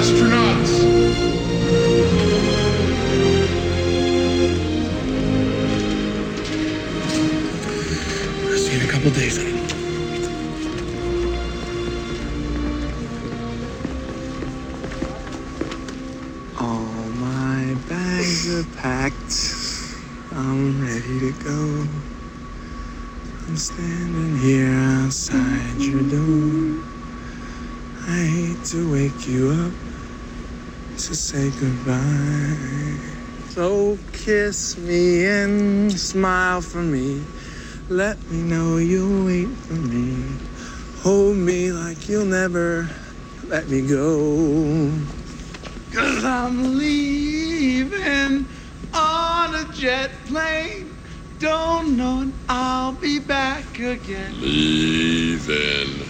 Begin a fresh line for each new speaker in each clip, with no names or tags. astronauts.
I'll see you in a couple days, honey. All my bags are packed. I'm ready to go. I'm standing here outside your door. I hate to wake you up to say goodbye. So kiss me and smile for me. Let me know you'll wait for me. Hold me like you'll never let me go. Cause I'm leaving on a jet plane. Don't know when I'll be back again.
Leaving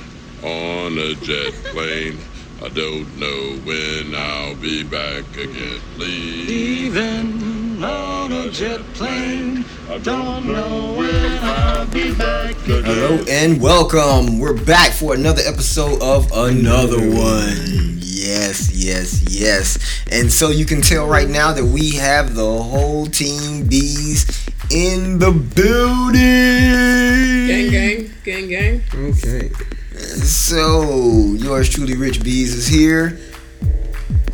on a jet plane. I don't know when I'll be back again. Leaving
Even on a jet plane.
I don't know when I'll be back again.
Hello and welcome. We're back for another episode of another one. Yes, yes, yes. And so you can tell right now that we have the whole team bees in the building.
Gang, gang,
Mm-hmm.
gang, gang.
Okay.
So yours truly, Rich Bees, is here.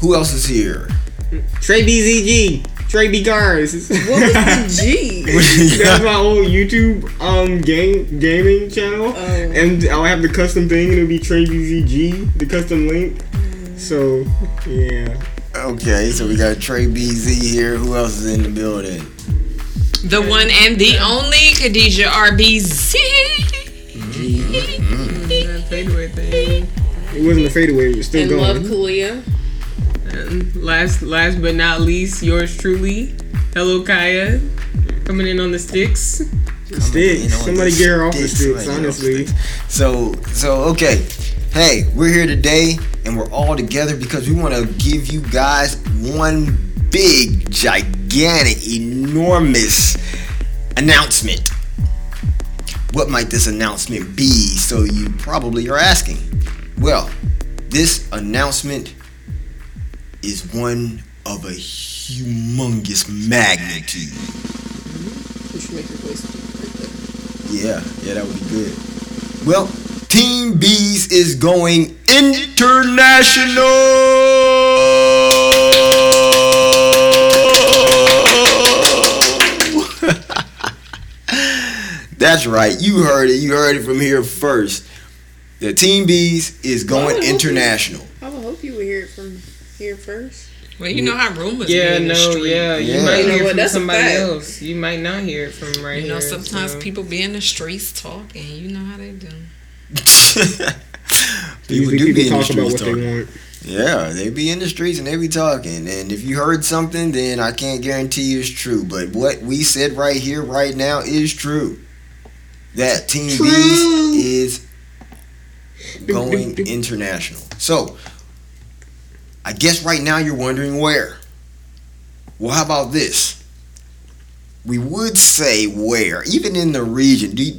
Who else is here?
Trey BZG. Trey B Gars.
What was the G?
That's my old YouTube um game gaming channel,
Oh.
and I'll have the custom thing. It'll be Trey BZG, the custom link. So yeah,
okay, so we got Trey BZ here. Who else is in the building?
The one and the only Khadija RBZ.
fadeaway thing.
it wasn't a fadeaway. It was still
And love
going.
Kalia.
And last, last but not least, yours truly, Hello Kaya, coming in on the sticks.
Sticks.
You know,
Somebody
the
get her off the sticks,
like, you know,
honestly.
sticks. So, so okay. Hey, we're here today, and we're all together because we want to give you guys one big, gigantic, enormous announcement. What might this announcement be? So you probably are asking. Well, this announcement is one of a humongous magnitude.
You should make your voice do
Yeah, yeah, that would be good. Well, Team Bees is going international. That's right. You heard it. You heard it from here first. The Team Bees is going international.
I would hope you would hear it from here first.
Well, you know how rumors.
Yeah,
be in the
no,
street.
yeah. You
Yeah.
might
You know
hear
what,
from
that's a
somebody
fact.
else. You might not hear it from right
You know,
here,
sometimes
so.
people be in the streets talking. You know how they do.
people
Usually
do be in
people
the
talk about
streets
what
talking.
they want.
Yeah, they be in the streets and they be talking. And if you heard something, then I can't guarantee it's true. But what we said right here, right now, is true. That Team
True.
Bees is going international. So, I guess right now you're wondering where. Well, how about this? We would say where, even in the region. Do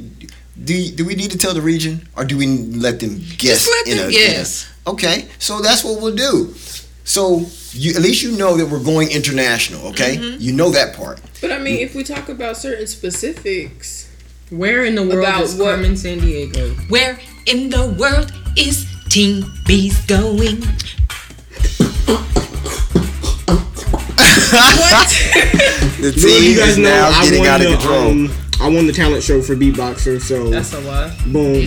do, do we need to tell the region, or do we let them guess?
Just let
in
them
a- in a-
guess.
Okay, so that's what we'll do. So you at least you know that we're going international, okay?
Mm-hmm.
You know that part.
But I mean, if we talk about certain specifics,
Where in the
world About is what- Carmen
San Diego? Where in the world is Team B's going?
The
You know,
team
you guys
is
know
now
I
getting
won
out of
the,
control.
um, I won the talent show for beatboxer. So
That's a lie.
boom.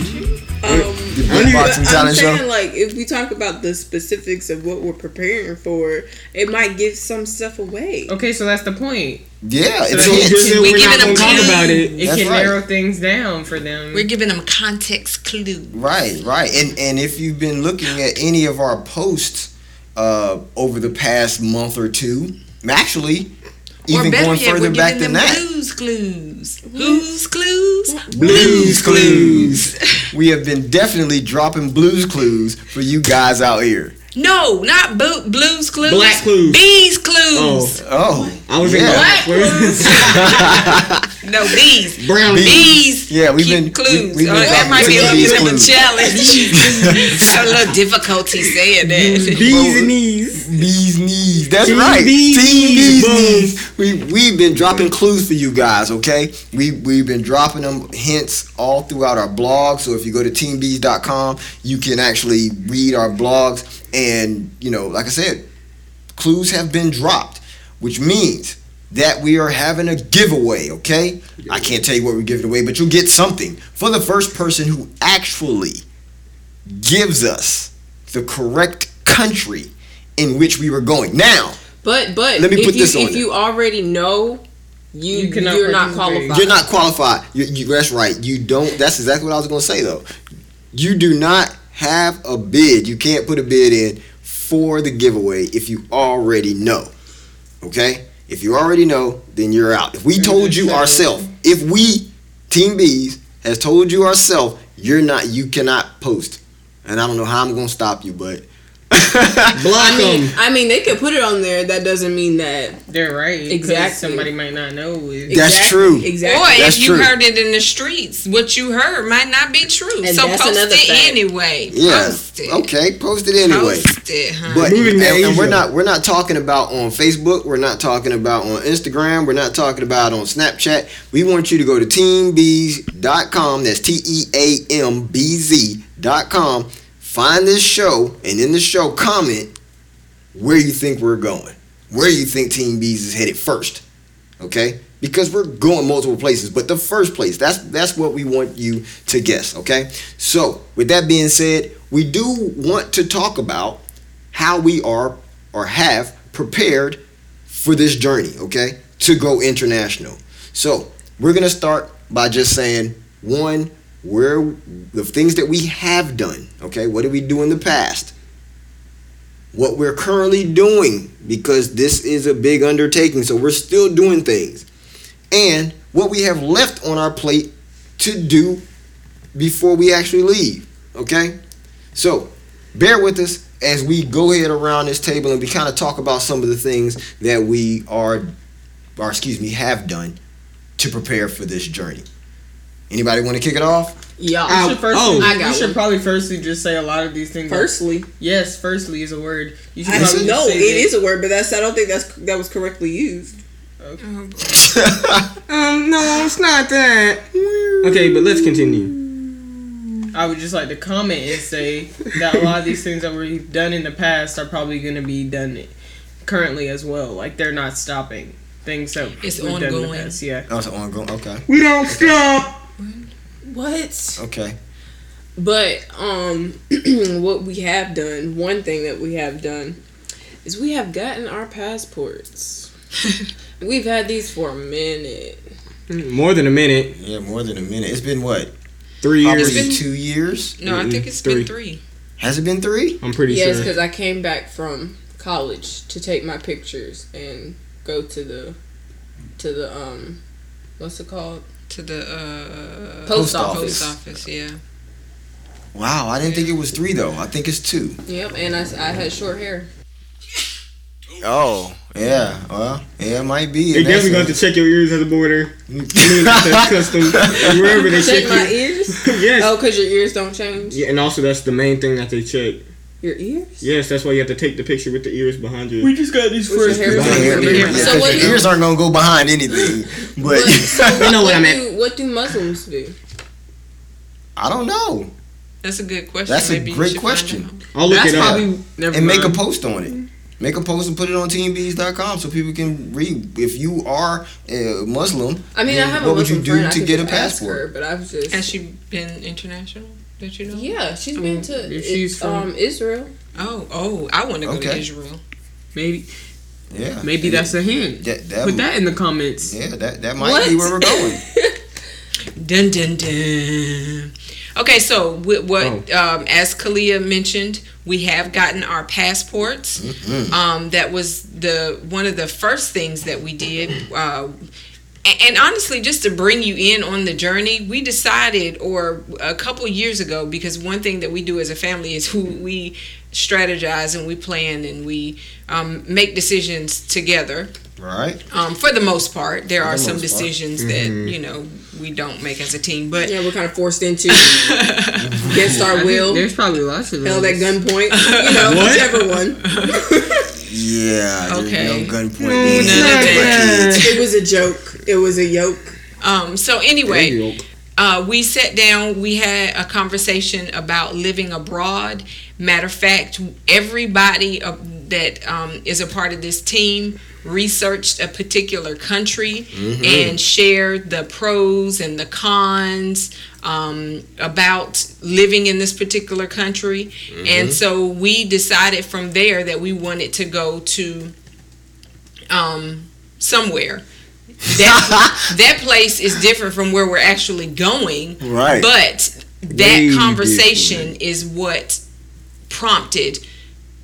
um,
the
I knew
But
beatboxing
I'm
talent
saying,
show.
like, if we talk about the specifics of what we're preparing for, it might give some stuff away.
Okay, so that's the point.
Yeah,
So
it's
that means
hits.
that
We
we're
giving
not gonna
them
talk
clues.
about it.
It
That's
can
right.
narrow things down for them.
We're giving them context clue.
Right, right. And and if you've been looking at any of our posts uh, over the past month or two, actually, even going further back than that.
blues clues. Who's clues?
Blues Clues. we have been definitely dropping Blues Clues for you guys out here.
No, not bo- blues clues.
Black clues.
Bees clues.
Oh,
Oh,
I was
Yeah.
in
Black
black.
clues.
No, these.
Brown
These.
Yeah, we've been-
keep clues.
we- we've been
oh, that
talking
might
to
be a little
these
bit of a
clues.
challenge. Have a little difficulty saying that.
Bees and knees.
Bees knees. That's
Team
right.
bees
Team
knees,
bees
boom.
knees. We we've been dropping clues for you guys, okay? We we've been dropping them hints all throughout our blog. So if you go to teambees.com, you can actually read our blogs and, you know, like I said, clues have been dropped, which means that we are having a giveaway, okay? I can't tell you what we're giving away, but you'll get something for the first person who actually gives us the correct country in which we were going. Now,
But but
Let me
if
put
you
this on
if
it.
you already know, you,
You
you
cannot
are not
participate.
qualified.
you're not qualified. You, you, that's right. You don't. That's exactly what I was going to say, though. You do not have a bid. You can't put a bid in for the giveaway if you already know. Okay? If you already know, then you're out. If we told you ourselves, if we, Team B's, has told you ourselves, you're not, you cannot post. And I don't know how I'm going to stop you, but.
Block
I mean,
them.
I mean, they could put it on there. That doesn't mean that
They're right. 'cause
Exactly.
Somebody might not know. It.
That's
Exactly,
true.
Or
Exactly.
That's
if you
true.
heard it in the streets, what you heard might not be true.
And
so
that's
post
another
it
fact.
anyway.
Yeah.
Post it.
Okay, post it anyway.
Post it, huh?
But
Moving
and,
to
and we're
Asia.
not we're not talking about on Facebook. We're not talking about on Instagram. We're not talking about on Snapchat. We want you to go to teambees.com. That's T E A M B Z dot com. Find this show and in the show comment where you think we're going. Where you think Team Bees is headed first. Okay? Because we're going multiple places, but the first place, that's that's what we want you to guess, okay? So, with that being said, we do want to talk about how we are or have prepared for this journey, okay? To go international. So we're gonna start by just saying one, where the things that we have done, okay? What did we do in the past? What we're currently doing, because this is a big undertaking, so we're still doing things. And what we have left on our plate to do before we actually leave, okay? So bear with us as we go ahead around this table and we kind of talk about some of the things that we are or excuse me have done to prepare for this journey anybody want to kick it off
We
yeah.
should, firstly,
oh,
I
we
got
should
one.
probably firstly just say a lot of these things. are-
Firstly,
yes, firstly is a word. You should
I
probably
no,
say
it
that-
is a word, but that's I don't think that's that was correctly used.
Um, no, it's not that. Okay, but let's continue.
I would just like to comment and say that a lot of these things that we've done in the past are probably going to be done currently as well. Like they're not stopping. Things that
It's
we've done in the
ongoing.
past, Yeah.
oh it's an ongoing okay
We don't stop.
What?
okay
But um, what we have done, one thing that we have done, is we have gotten our passports. We've had these for a minute.
More than a minute.
yeah more than a minute it's been what
Three
probably
years.
two years
no, I
Mm-mm,
think it's
three.
been three.
has it been three
I'm pretty
yes,
sure.
because I came back from college to take my pictures and go to the to the um, what's it called?
To the uh,
Post
office.
Post office, yeah.
wow i didn't think it was three though i think it's two.
Yep, and I, s- I had short hair.
Oh, yeah well yeah it might be
They
and that's
definitely got to check your ears at the border. I mean, at the custom, and wherever they check
Check my
you.
ears.
Yes.
Oh, cause your ears don't change.
Yeah, and also that's the main thing that they check.
Your ears.
Yes, that's why you have to take the picture with the ears behind you.
just got these
What's your
Yeah, yeah,
hair?
yeah,
So
yeah,
what
your
do-
ears aren't gonna go behind anything but,
But so
You know what I
what
meant.
do what do Muslims do?
i don't know
That's a good question.
That's a
you
great
should find
question.
out.
I'll look
That's
it up.
probably never
and make a
mind.
post on it. Make a post and put it on teambees.com so people can read. If you are a Muslim,
I mean, I
then
have a
what would you
Muslim
do
friend. I
to
could
get a
just ask
passport?
her, but I was
Has
just
she been international? That you know?
yeah, she's been to
Mm, if she's
it-
from-
um Israel.
Oh, oh, I want to go to
Okay.
Israel.
Maybe
Yeah,
maybe
And
that's a hint.
that, that,
Put that in the comments.
Yeah, that, that might be where we're going.
Dun dun dun. Okay, so with what um, as Kalia mentioned, we have gotten our passports. Um, that was the one of the first things that we did. Uh, and, and honestly, just to bring you in on the journey, we decided, or a couple years ago, because one thing that we do as a family is who we strategize and we plan and we um, make decisions together
right?
um, for the most part. There are
the
some
most part. Mm-hmm.
decisions that you know we don't make as a team, but
Yeah, we're kind of forced into against our will,
There's probably lots of
held
those.
at gunpoint. You know, whichever one.
Yeah. there's
Okay.
No gunpoint.
it's not
there.
It was a joke. It was a yoke.
um, so anyway.
Hey, yo.
uh, we sat down, we had a conversation about living abroad. Matter of fact, everybody uh, that um, is a part of this team researched a particular country
Mm-hmm.
and shared the pros and the cons um, about living in this particular country.
Mm-hmm.
And so we decided from there that we wanted to go to um, somewhere. That, that place is different from where we're actually going,
Right.
but that
Way
conversation is what prompted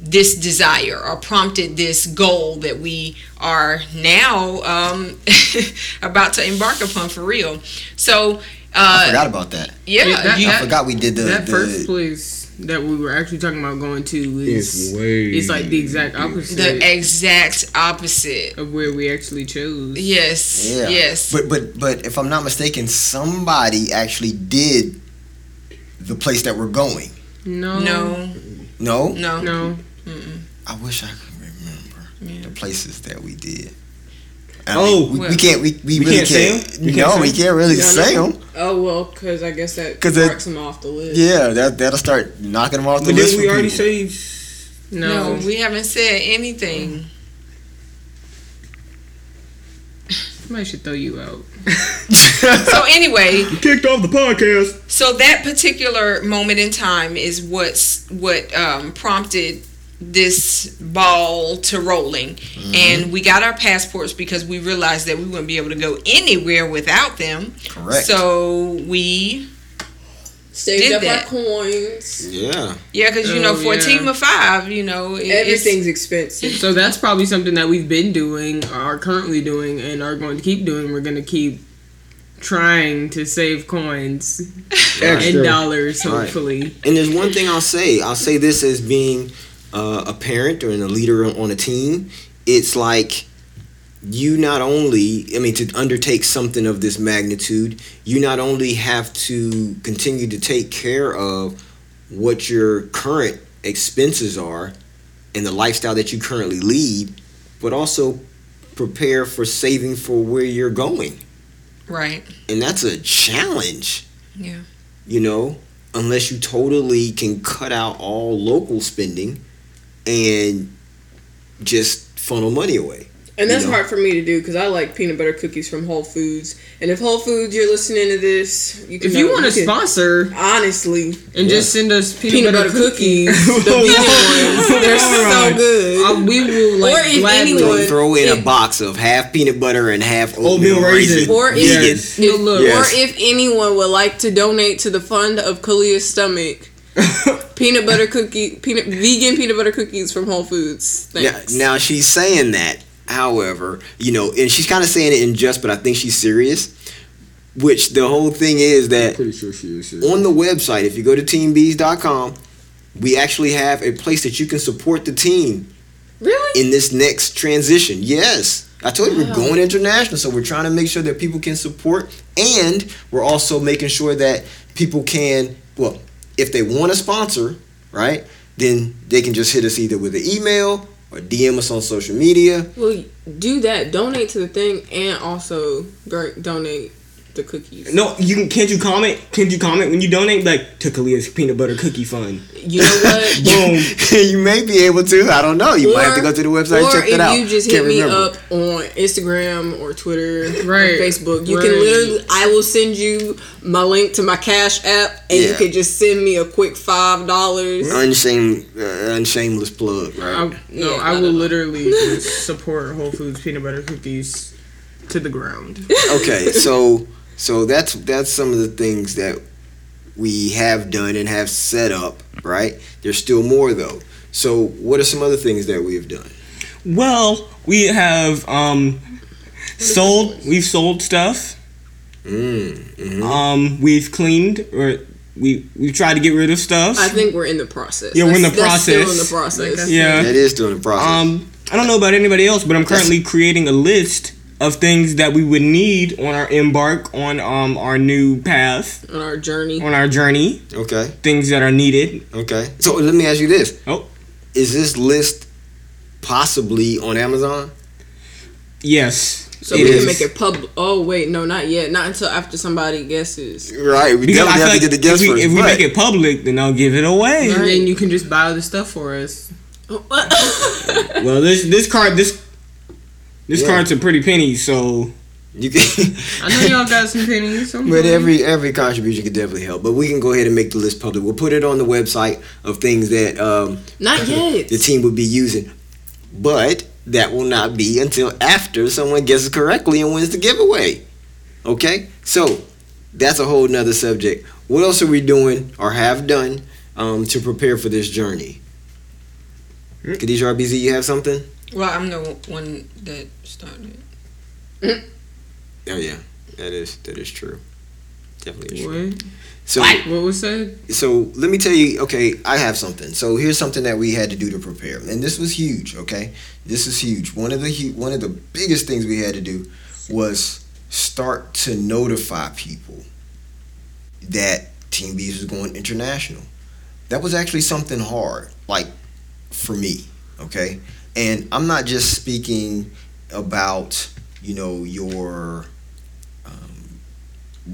this desire or prompted this goal that we are now um, about to embark upon for real. So,
I
uh,
forgot about that.
yeah,
Yeah, that-
you-
I forgot we did the.
that
the
first place that we were actually talking about going to
It's
is
way.
it's like the exact opposite
the exact opposite.
of where we actually chose.
Yes,
yeah.
yes.
But but but if I'm not mistaken, somebody actually did the place that we're going.
No,
no,
No,
no,
no.
I wish I could remember
Yeah.
the places that we did. I
Oh.
mean, we, we
Well,
can't. We, we, really
can't say
can't.
'em? We
no,
can't
we
say 'em?
can't really
No, no.
say 'em.
Oh well, because I guess that
'Cause
marks
that-
him off the list.
Yeah, that that'll start knocking them off the
But
list.
did we
for
already
people.
say?
no,
No.
We haven't said anything.
Somebody should throw you out.
So anyway,
Kicked off the podcast.
so that particular moment in time is what's what um, prompted this ball to rolling and we got our passports because we realized that we wouldn't be able to go anywhere without them
Correct.
so we
Saved
Did
up
that.
our coins.
yeah,
yeah because you
Oh,
know 14
yeah.
or 5 you know it- it's-
Everything's expensive.
So that's probably something that we've been doing, are currently doing, and are going to keep doing. We're going to keep trying to save coins and dollars,
Right.
hopefully.
And there's one thing I'll say. I'll say this as being uh, a parent or a leader on a team. It's like you not only, I mean, to undertake something of this magnitude, you not only have to continue to take care of what your current expenses are and the lifestyle that you currently lead, but also prepare for saving for where you're going.
right
And that's a challenge
yeah
you know, unless you totally can cut out all local spending and just funnel money away.
And that's
you know.
hard for me to do because I like peanut butter cookies from Whole Foods. And if Whole Foods, you're listening to this, you can
If you want to
can-
sponsor
honestly,
and just send us peanut,
peanut
butter,
butter cookies,
cookies,
the vegan ones, they're so good.
uh, we will like
Or if
gladly.
anyone- But
Throw in
it-
a box of half peanut butter and half
Oatmeal
oatmeal,
raisin.
raisin.
Or if,
vegan.
Yes.
if-
Good look.
Yes.
or if anyone would like to donate to the fund of Kalia's stomach, peanut butter cookie, peanut vegan peanut butter cookies from Whole Foods.
Now,
Thanks.
now she's saying that, however, you know, and she's kind of saying it in jest, but I think she's serious. Which the whole thing is that
Pretty sure she is.
on the website, if you go to teambees.com, we actually have a place that you can support the team
really?
in this next transition. Yes. I told you we're going international, so we're trying to make sure that people can support and we're also making sure that people can well, if they want a sponsor, right, then they can just hit us either with an email or DM us on social media.
Well, do that. Donate to the thing and also bur- donate the cookies.
No, you can, can't you comment? Can't you comment when you donate? Like to Kalia's peanut butter cookie fund.
You know what?
Boom.
you may be able to, I don't know. You might have to go to the website and
or
check
if
that out.
you just
Can't
hit me
remember.
up on Instagram or Twitter,
Right,
or Facebook, you
right.
can literally. I will send you my link to my Cash app, and you
Yeah.
can just send me a quick five dollars.
Unshame, uh, unshameless plug, right?
I, no,
Yeah,
I
not
will
at all.
literally just support Whole Foods peanut butter cookies to the ground.
okay, so so that's that's some of the things that we have done and have set up, right? There's still more though. So what are some other things that we have done?
Well, we have um sold. We've sold stuff.
Mm, mhm.
Um, we've cleaned or we we tried to get rid of stuff.
I think we're in the process.
Yeah, we're in the
That's- that's
process.
Still in the process.
yeah.
That is still in the process.
Um, I don't know about anybody else, but I'm currently creating a list of things that we would need on our embark on um our new path
on our journey.
on our journey.
Okay.
Things that are needed.
Okay. So let me ask you this:
Oh.
Is this list possibly on Amazon?
Yes.
So
It
we
is.
can make it public. Oh wait, no, not yet. Not until after somebody guesses.
Right. We
Because I
definitely have to get
feel like
the guess
if we,
first.
if we
but-
make it public, then I'll give it away.
And then you can just buy the stuff for us.
Well, this this card this this
Yeah.
card's a pretty penny, so
you can.
I know y'all got some pennies. Some
But every every contribution could definitely help. But we can go ahead and make the list public. We'll put it on the website of things that um,
Not yet.
the team would be using. But that will not be until after someone guesses correctly and wins the giveaway. Okay? So that's a whole nother subject. What else are we doing or have done um, to prepare for this journey? Khadijah RBZ, you have something?
Well, I'm the one that started.
Oh yeah. That is that is true. Definitely is true.
What?
So
What was said?
so let me tell you okay i have something so here's something that we had to do to prepare and this was huge okay this is huge one of the hu- one of the biggest things we had to do was start to notify people that team bees was going international that was actually something hard like for me okay and i'm not just speaking about you know your um,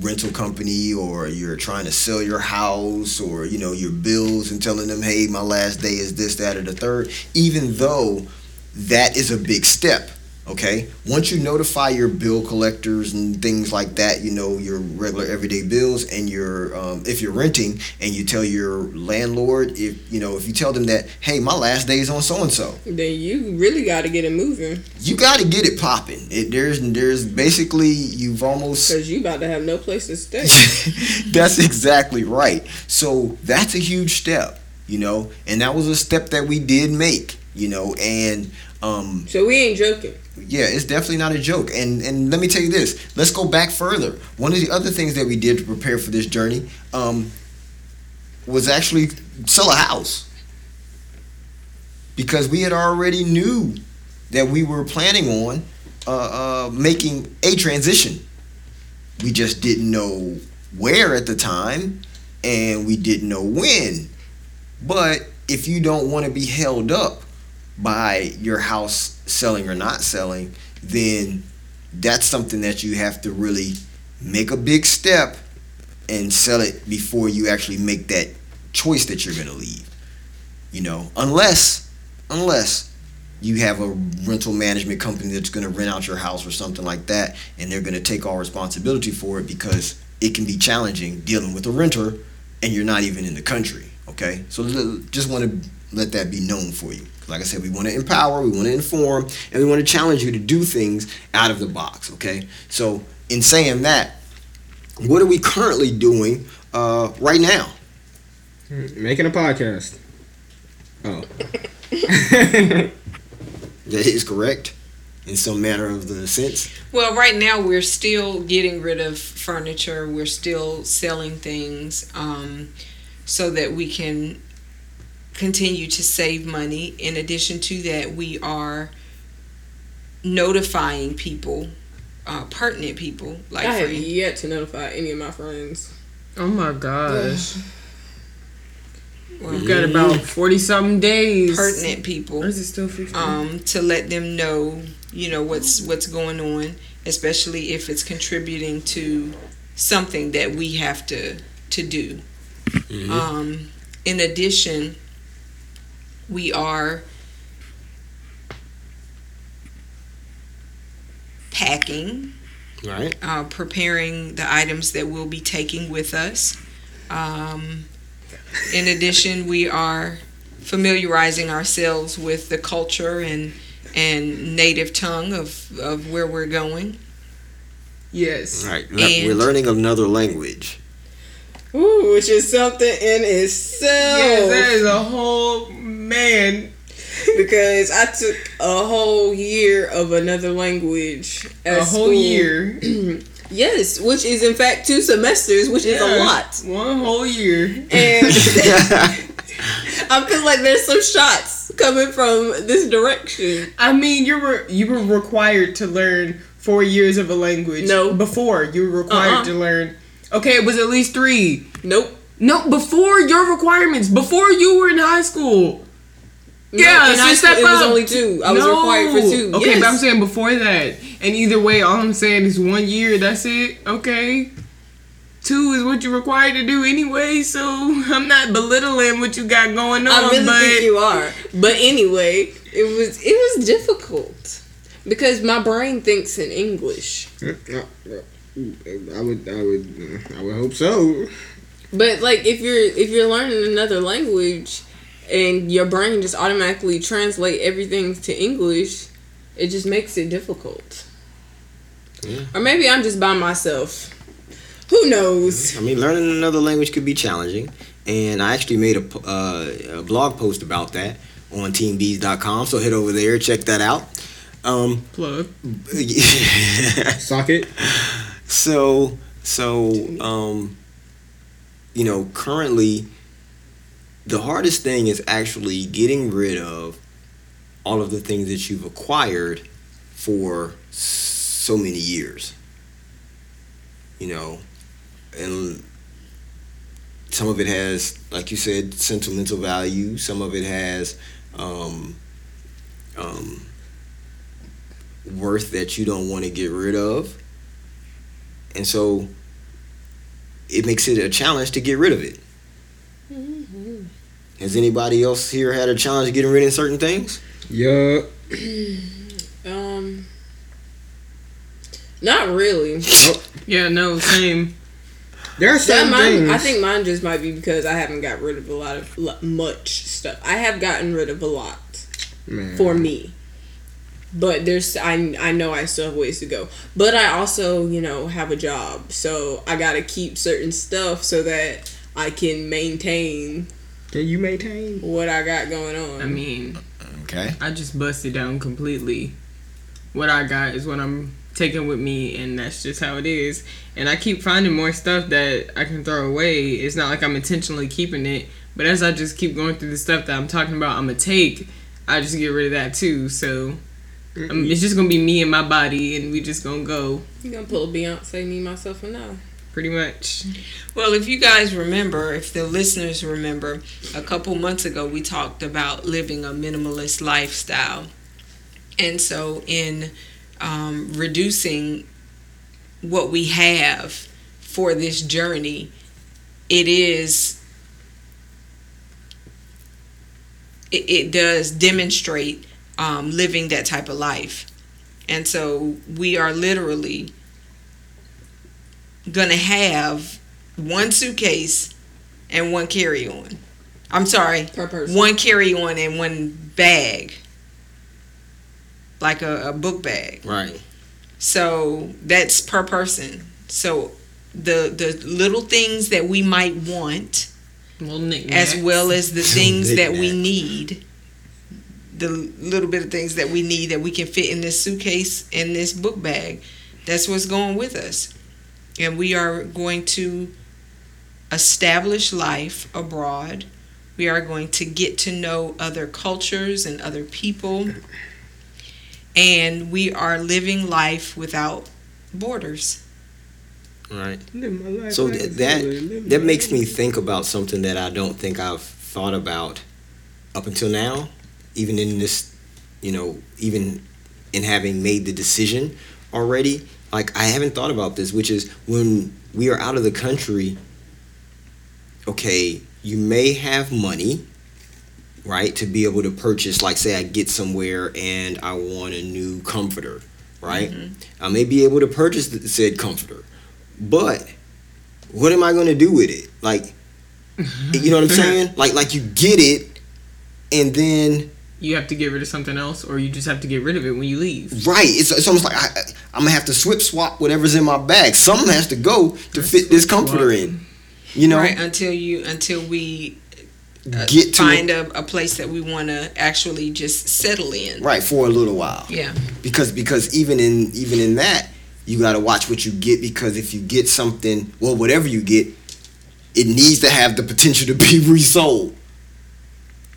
rental company or you're trying to sell your house or you know your bills and telling them hey my last day is this that or the third even though that is a big step okay once you notify your bill collectors and things like that you know your regular everyday bills and your um, if you're renting and you tell your landlord if you know if you tell them that hey my last day is on so and so
Then you really got to get it moving
you got to get it popping it, there's there's basically you've almost
because you about to have no place to stay.
that's exactly right. So that's a huge step, you know, and that was a step that we did make, you know, and um,
so we ain't joking.
yeah, it's definitely not a joke. And and let me tell you this. Let's go back further. One of the other things that we did to prepare for this journey um, was actually sell a house because we had already knew that we were planning on uh, uh, making a transition. We just didn't know where at the time, and we didn't know when. But if you don't want to be held up by your house selling or not selling, then that's something that you have to really make a big step and sell it before you actually make that choice that you're going to leave. You know, unless unless you have a rental management company that's going to rent out your house or something like that and they're going to take all responsibility for it because it can be challenging dealing with a renter and you're not even in the country, okay? So l- just want to let that be known for you. Like I said, we want to empower, we want to inform, and we want to challenge you to do things out of the box. Okay. So in saying that, what are we currently doing uh, right now?
Hmm.
making a podcast. Oh.
That is correct in some manner of the sense.
Well, right now we're still getting rid of furniture. We're still selling things um, so that we can continue to save money. In addition to that, we are notifying people, uh, pertinent people, like
I have
for-
yet to notify any of my friends.
Oh my gosh.
well,
We've got about 40 something days.
pertinent people.
Or is it still 15?
um, to let them know, you know, what's what's going on, especially if it's contributing to something that we have to to do. Um, in addition, we are packing,
Right.
uh, preparing the items that we'll be taking with us. Um, in addition, we are familiarizing ourselves with the culture and and native tongue of, of where we're going.
yes.
Right.
And-
We're learning another language.
Ooh, which is something in itself.
Yes, that is a whole man.
because I took a whole year of another language. at
a whole
school.
year.
Yes, which is in fact two semesters, which is a
Yeah,
lot.
One whole year.
And I feel like there's some shots stops coming from this direction.
I mean, you were you were required to learn four years of a language.
No.
before you were required
Uh-uh.
to learn. Okay, it was at least three.
Nope.
No, before your requirements, before you were in high school. Yeah,
no, in
so
high
step
school, it was
up.
only two. I was required for two.
Okay,
yes.
but I'm saying before that. And either way, all I'm saying is one year. That's it. Okay. Two is what you're required to do anyway, so I'm not belittling what you got going on.
I really
but
think you are. But anyway, it was it was difficult because my brain thinks in English.
I would, I would, I would hope so.
But like if you're if you're learning another language and your brain just automatically translate everything to English, it just makes it difficult. Or maybe I'm just by myself. Who knows?
I mean, learning another language could be challenging, and I actually made a, p- uh, a blog post about that on TeamBees.com. So head over there, check that out. Um,
plug.
Socket.
so so um, you know, currently the hardest thing is actually getting rid of all of the things that you've acquired for s- so many years. You know, and some of it has, like you said, sentimental value. Some of it has um, um, worth that you don't want to get rid of, and so it makes it a challenge to get rid of it. Has anybody else here had a challenge getting rid of certain things?
Yeah.
Um not really.
Yeah, no, same.
There are
That
certain
mine,
things.
I think mine just might be because I haven't got rid of a lot of lo- much stuff. I have gotten rid of a lot
Man.
for me, but there's I I know I still have ways to go. But I also you know have a job, so I gotta keep certain stuff so that I can maintain
Can you maintain?
what I got going on.
I mean,
Okay.
I just busted down completely. What I got is what I'm taking with me, and that's just how it is. And I keep finding more stuff that I can throw away. It's not like I'm intentionally keeping it, but as I just keep going through the stuff that I'm talking about, I'm gonna take. I just get rid of that too. So um, it's just gonna be me and my body, and we just gonna go
you gonna pull a Beyonce, me, myself, and I.
pretty much.
Well, if you guys remember, if the listeners remember, a couple months ago we talked about living a minimalist lifestyle. And so, in um, reducing what we have for this journey, it is, it, it does demonstrate um, living that type of life. And so, we are literally going to have one suitcase and one carry on. I'm sorry,
Per person.
one carry on and one bag, like a, a book bag.
Right.
So that's per person. So the the little things that we might want,
Well, Nick,
as well as the things that we
Knick-knack.
need, the little bit of things that we need that we can fit in this suitcase and this book bag, that's what's going with us, and we are going to establish life abroad. We are going to get to know other cultures and other people. And we are living life without borders.
Right.
Live my life
So
like a
that that,
killer.
that makes me think about something that I don't think I've thought about up until now, even in this, you know, even in having made the decision already. Like I haven't thought about this, which is when we are out of the country. Okay, you may have money, right, to be able to purchase. Like, say, I get somewhere and I want a new comforter, right? I may be able to purchase the said comforter, but what am I gonna do with it? Like, you know what I'm saying? Like, like you get it, and then
you have to get rid of something else, or you just have to get rid of it when you leave.
right, it's, it's almost like I, I- I'm gonna have to swip swap whatever's in my bag. Something has to go to fit this comforter in. You know,
Right until you until we uh,
Get to
find a, a place that we want to actually just settle in.
right for a little while.
Yeah.
because because even in even in that you got to watch what you get because if you get something well whatever you get it needs to have the potential to be resold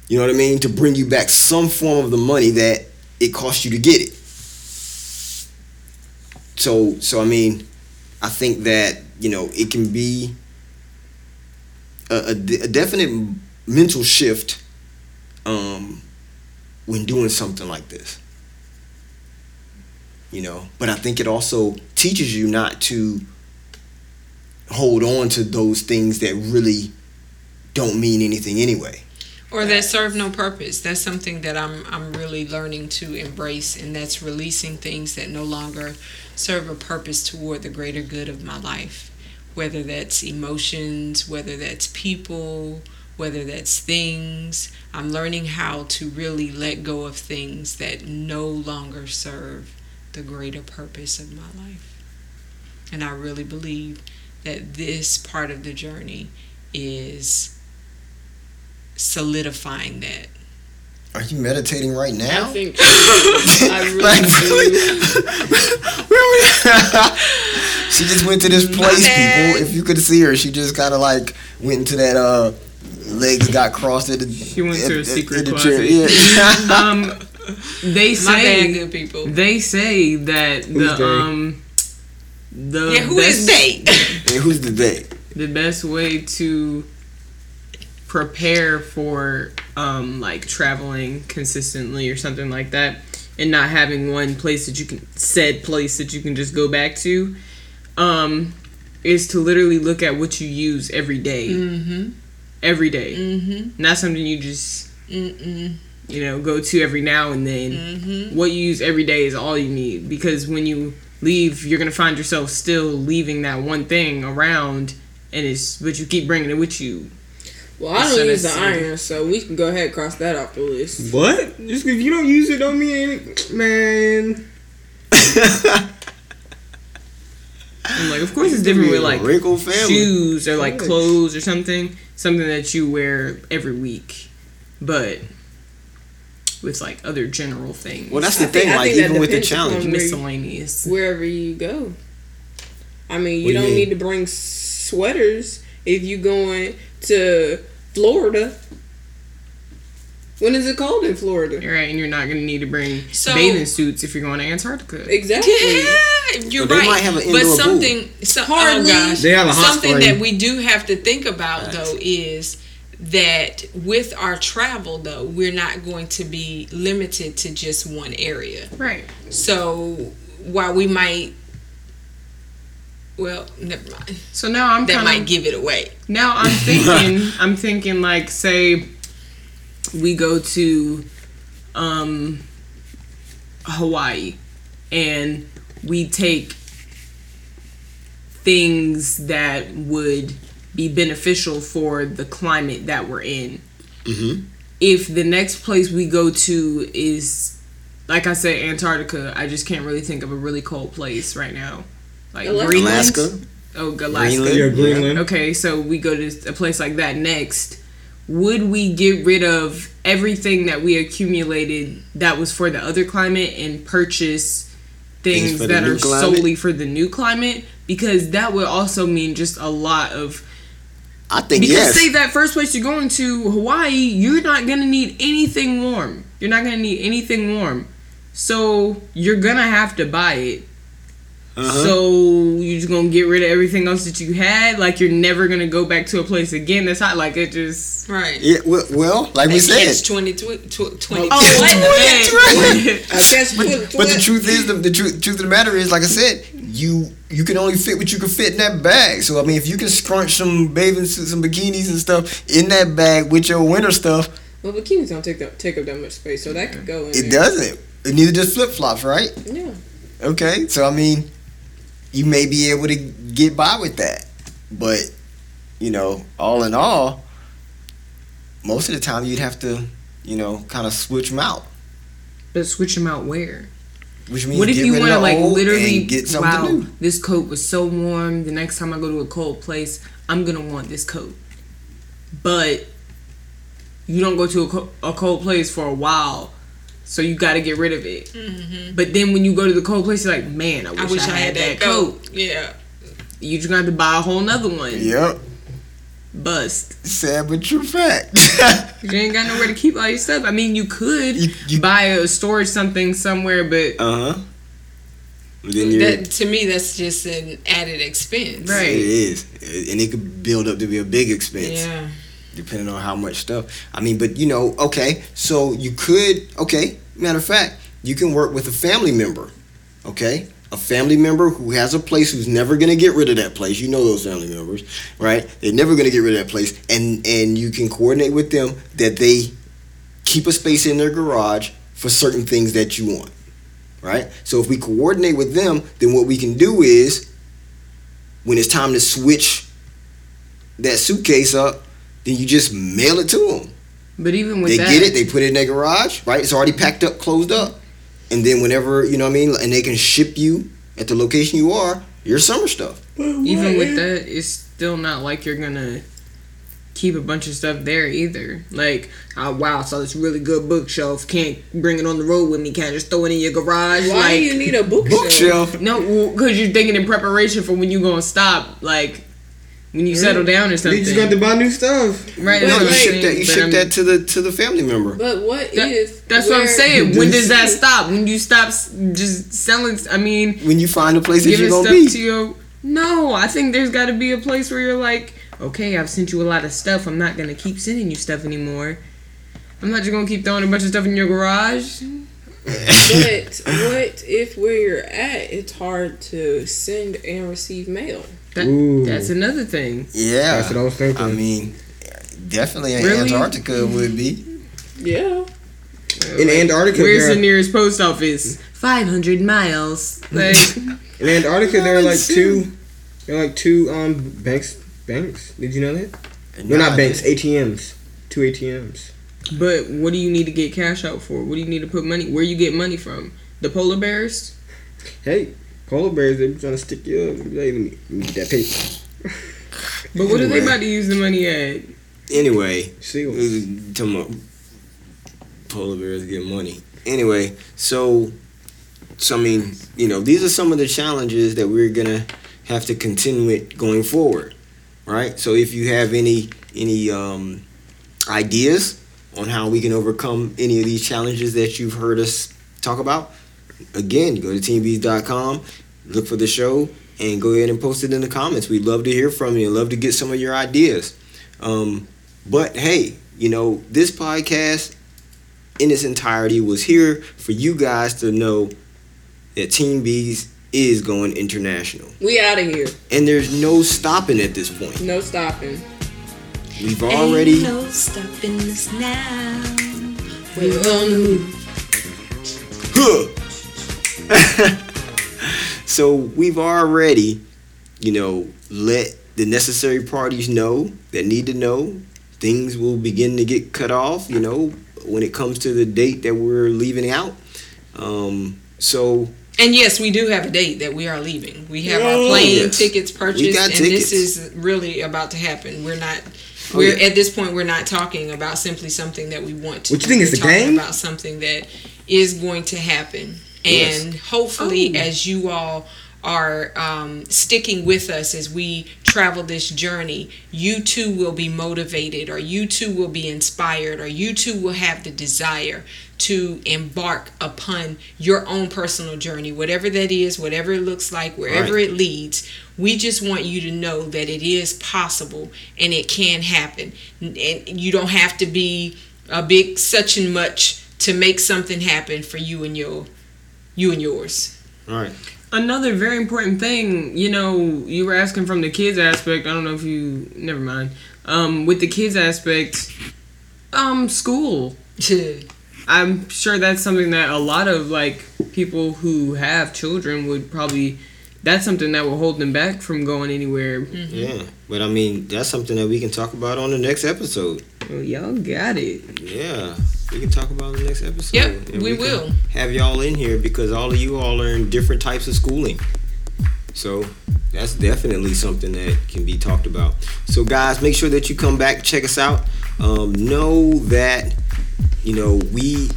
You know what I mean? To bring you back some form of the money that it cost you to get it. So so I mean, I think that you know it can be a, a, de- a definite mental shift um, when doing something like this. You know, but I think it also teaches you not to hold on to those things that really don't mean anything anyway.
or that serve no purpose. That's something that I'm I'm really learning to embrace, and that's releasing things that no longer serve a purpose toward the greater good of my life, whether that's emotions, whether that's people, whether that's things. I'm learning how to really let go of things that no longer serve the greater purpose of my life, and I really believe that this part of the journey is solidifying that.
Are you meditating right
I
now?
think I really
Like, really?
do.
she just went to this place,
bad.
people. If you could see her, she just kind of like went into that uh legs got crossed at the. She
went to a secret closet.
Yeah.
Um, they
My bad,
say
good people.
they say that
Who's
the
they?
um the
yeah, who
best,
is they?
and who's the they?
the best way to prepare for um like traveling consistently or something like that and not having one place that you can said place that you can just go back to um is to literally look at what you use every day.
mm-hmm.
Every day.
Mm-hmm.
not something you just
Mm-mm.
you know go to every now and then
Mm-hmm.
what you use every day is all you need because when you leave you're gonna find yourself still leaving that one thing around and it's but you keep bringing it with you
Well, I
So
don't use the
that's-
iron, so we can go ahead and cross that off the list.
What? Just because you don't use it don't mean any- man.
and like of course it's different with like
Wrinkle family.
shoes or like
Yes.
clothes or something something that you wear every week but with like other general things
Well, that's the
I think-
thing.
I
Like
think that
even with the
depends upon
challenge,
where you-
miscellaneous
Wherever you go, I mean, you
What do you
don't
mean?
need to bring sweaters if you going to Florida. When is it cold in Florida?
You're right and you're not gonna need to bring
So-
bathing suits if you're going to antarctica
Exactly.
You're
But they
right.
might have an indoor
but
pool.
something, so, oh
Hardly.
gosh,
They have a hot
something
spring.
that we do have to think about though is that with our travel though we're not going to be limited to just one area.
right
So while we might, well, never mind.
so now i'm
That
kind of
might give it away.
Now I'm thinking, I'm thinking like say we go to um Hawaii and we take things that would be beneficial for the climate that we're in.
Mhm.
If the next place we go to is like I said Antarctica, I just can't really think of a really cold place right now. Like
Alaska.
Greenland?
Alaska,
Oh, Alaska.
Greenland,
Yeah, Greenland.
Okay, so we go to a place like that next. Would we get rid of everything that we accumulated that was for the other climate and purchase
Things
things
for the
that
new
are
climate?
solely for the new climate? Because that would also mean just a lot of.
I think
Because
yes.
say that first place you're going to, Hawaii, you're not going to need anything warm. You're not going to need anything warm. So you're going to have to buy it.
Uh-huh.
So you just gonna get rid of everything else that you had? Like you're never gonna go back to a place again that's hot. Like it just.
Right.
yeah, well, well, like we said,
Catch 20, tw- tw- 20
Oh,
I guess. But,
But the truth is, the, the truth, truth of the matter is, like I said, you you can only fit what you can fit in that bag. So I mean, if you can scrunch some bathing suits, some bikinis and stuff in that bag with your winter stuff,
well, bikinis don't take up take up that much space, so that could go in.
Mm-hmm.
it
there.
doesn't. And neither does flip flops, right?
Yeah.
Okay, so I mean, you may be able to get by with that, but you know, all in all, most of the time you'd have to, you know, kind of switch them out,
But switch them out where?
which means
what if
get
you
rid of
want to
the
like
old
literally?
and get something
Wow,
new.
this coat was so warm. The next time I go to a cold place, I'm gonna want this coat. But you don't go to a, co- a cold place for a while, so you got to get rid of it.
Mm-hmm.
But then when you go to the cold place, you're like, man, Mm-hmm. I wish I, had, that coat.
Yeah.
You just gonna have to buy a whole nother one.
Yep.
bust.
Sad but true fact.
You ain't got nowhere to keep all your stuff. I mean, you could
You- you-
buy a storage something somewhere, but
Uh huh. Then you're.
That to me, that's just an added expense.
Right.
It is, and it could build up to be a big expense.
Yeah.
depending on how much stuff. I mean, but you know, okay, so you could, okay, matter of fact, you can work with a family member, okay? A family member who has a place who's never gonna get rid of that place. You know those family members, right? They're never gonna get rid of that place, and and you can coordinate with them that they keep a space in their garage for certain things that you want, right? So if we coordinate with them, then what we can do is, when it's time to switch that suitcase up, then you just mail it to them.
but even with
they
that,
get it, they put it in their garage, right? It's already packed up, closed up. And then whenever, you know what I mean, and they can ship you at the location you are, your summer stuff.
even with that, it's still not like you're gonna keep a bunch of stuff there either. Like, oh, wow, so this really good bookshelf. Can't bring it on the road with me. Can't just throw it in your garage.
Why
like,
do you need a bookshelf?
Bookshelf.
no, because you're thinking in preparation for when you gonna stop. Like. When you settle down or something,
You just got to buy new stuff.
right?
No, you
that's what I'm
ship that
saying,
you
but
ship
I'm-
that to the to the family member.
But what
That-
if
That's what I'm
where-
saying. When does that stop? When you stop s- just selling? s- I mean,
When you find a place that
giving
you're gonna
stuff
be.
to your. No, I think there's got to be a place where you're like, okay, I've sent you a lot of stuff. I'm not gonna keep sending you stuff anymore. I'm not just gonna keep throwing a bunch of stuff in your garage.
But what if where you're at, it's hard to send and receive mail?
That,
Ooh.
that's another thing.
yeah.
That's what I was thinking.
I mean definitely in
Really?
Antarctica would be.
Yeah.
in Antarctica,
Where's the
there are-
nearest post office? Five hundred miles. Like,
in Antarctica there are like
Shoot.
two, there are like two um banks. Banks? Did you know that? No, not banks. ATMs. Two ATMs.
but what do you need to get cash out for? What do you need to put money? Where you get money from? The polar bears?
Hey, polar bears. They be trying to stick you up. They be like, let me, let me get that paper.
But what are they
Anyway.
about to use the money at?
Anyway,
Seals.
Talking about polar bears get money. Anyway, so so I mean, you know, these are some of the challenges that we're gonna have to contend with going forward, right? So if you have any any um, ideas on how we can overcome any of these challenges that you've heard us talk about, again, go to teambees.com, look for the show, and go ahead and post it in the comments. We'd love to hear from you. Love to get some of your ideas. Um, but hey, you know, this podcast in its entirety was here for you guys to know that Team Bees is going international.
We out of here.
And there's no stopping at this point.
No stopping.
We've already
no stopping us now.
We're on the move.
Huh. so we've already, you know, let the necessary parties know that need to know. Things will begin to get cut off, you know, when it comes to the date that we're leaving out. Um, so
And yes, we do have a date that we are leaving. We have our
Oh,
plane
yes.
tickets purchased,
We got
and
tickets.
this is really about to happen. We're not.
Oh,
We're
yeah.
at this point. We're not talking about simply something that we want to.
What you think is
We're
the
talking
game?
About something that is going to happen,
Yes.
and hopefully, as you all are um, sticking with us as we travel this journey, you too will be motivated, or you too will be inspired, or you too will have the desire to embark upon your own personal journey, whatever that is, whatever it looks like, wherever it leads. We just want you to know that it is possible and it can happen. N- And you don't have to be a big such and much to make something happen for you and your you and yours.
all right.
Another very important thing, you know, you were asking from the kids aspect. I don't know if you, never mind. Um, with the kids aspect, um, school. I'm sure that's something that a lot of like people who have children would probably. That's something that will hold them back from going anywhere.
Yeah. But I mean, that's something that we can talk about on the next episode.
Well, y'all got it.
Yeah. We can talk about it on the next episode.
Yep,
And
we
can
will.
Have y'all in here because all of you all are in different types of schooling. So that's definitely something that can be talked about. So guys, make sure that you come back, check us out. Um, know that you know we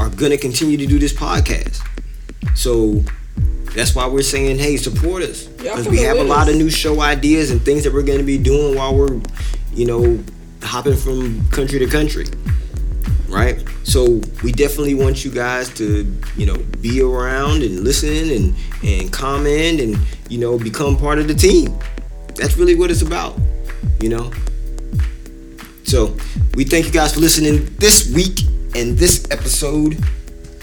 are gonna continue to do this podcast. So that's why we're saying, hey, support us
Y'all
because we
come
have a
with
lot
us.
of new show ideas and things that we're gonna be doing while we're you know, hopping from country to country, right? So we definitely want you guys to, you know, be around and listen and and comment and you know become part of the team. That's really what it's about, you know. So we thank you guys for listening this week and this episode.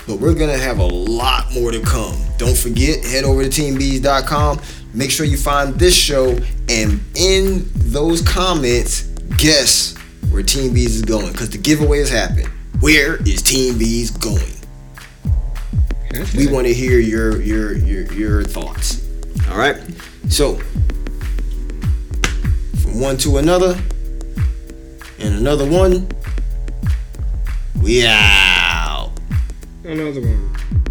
But we're gonna have a lot more to come. Don't forget, head over to teambees.com. Make sure you find this show and in those comments, guess where Team Bees is going. Because the giveaway has happened. Where is Team Bees going? We want to hear your your your your thoughts. All right. So from one to another, and another one. We out.
Another one.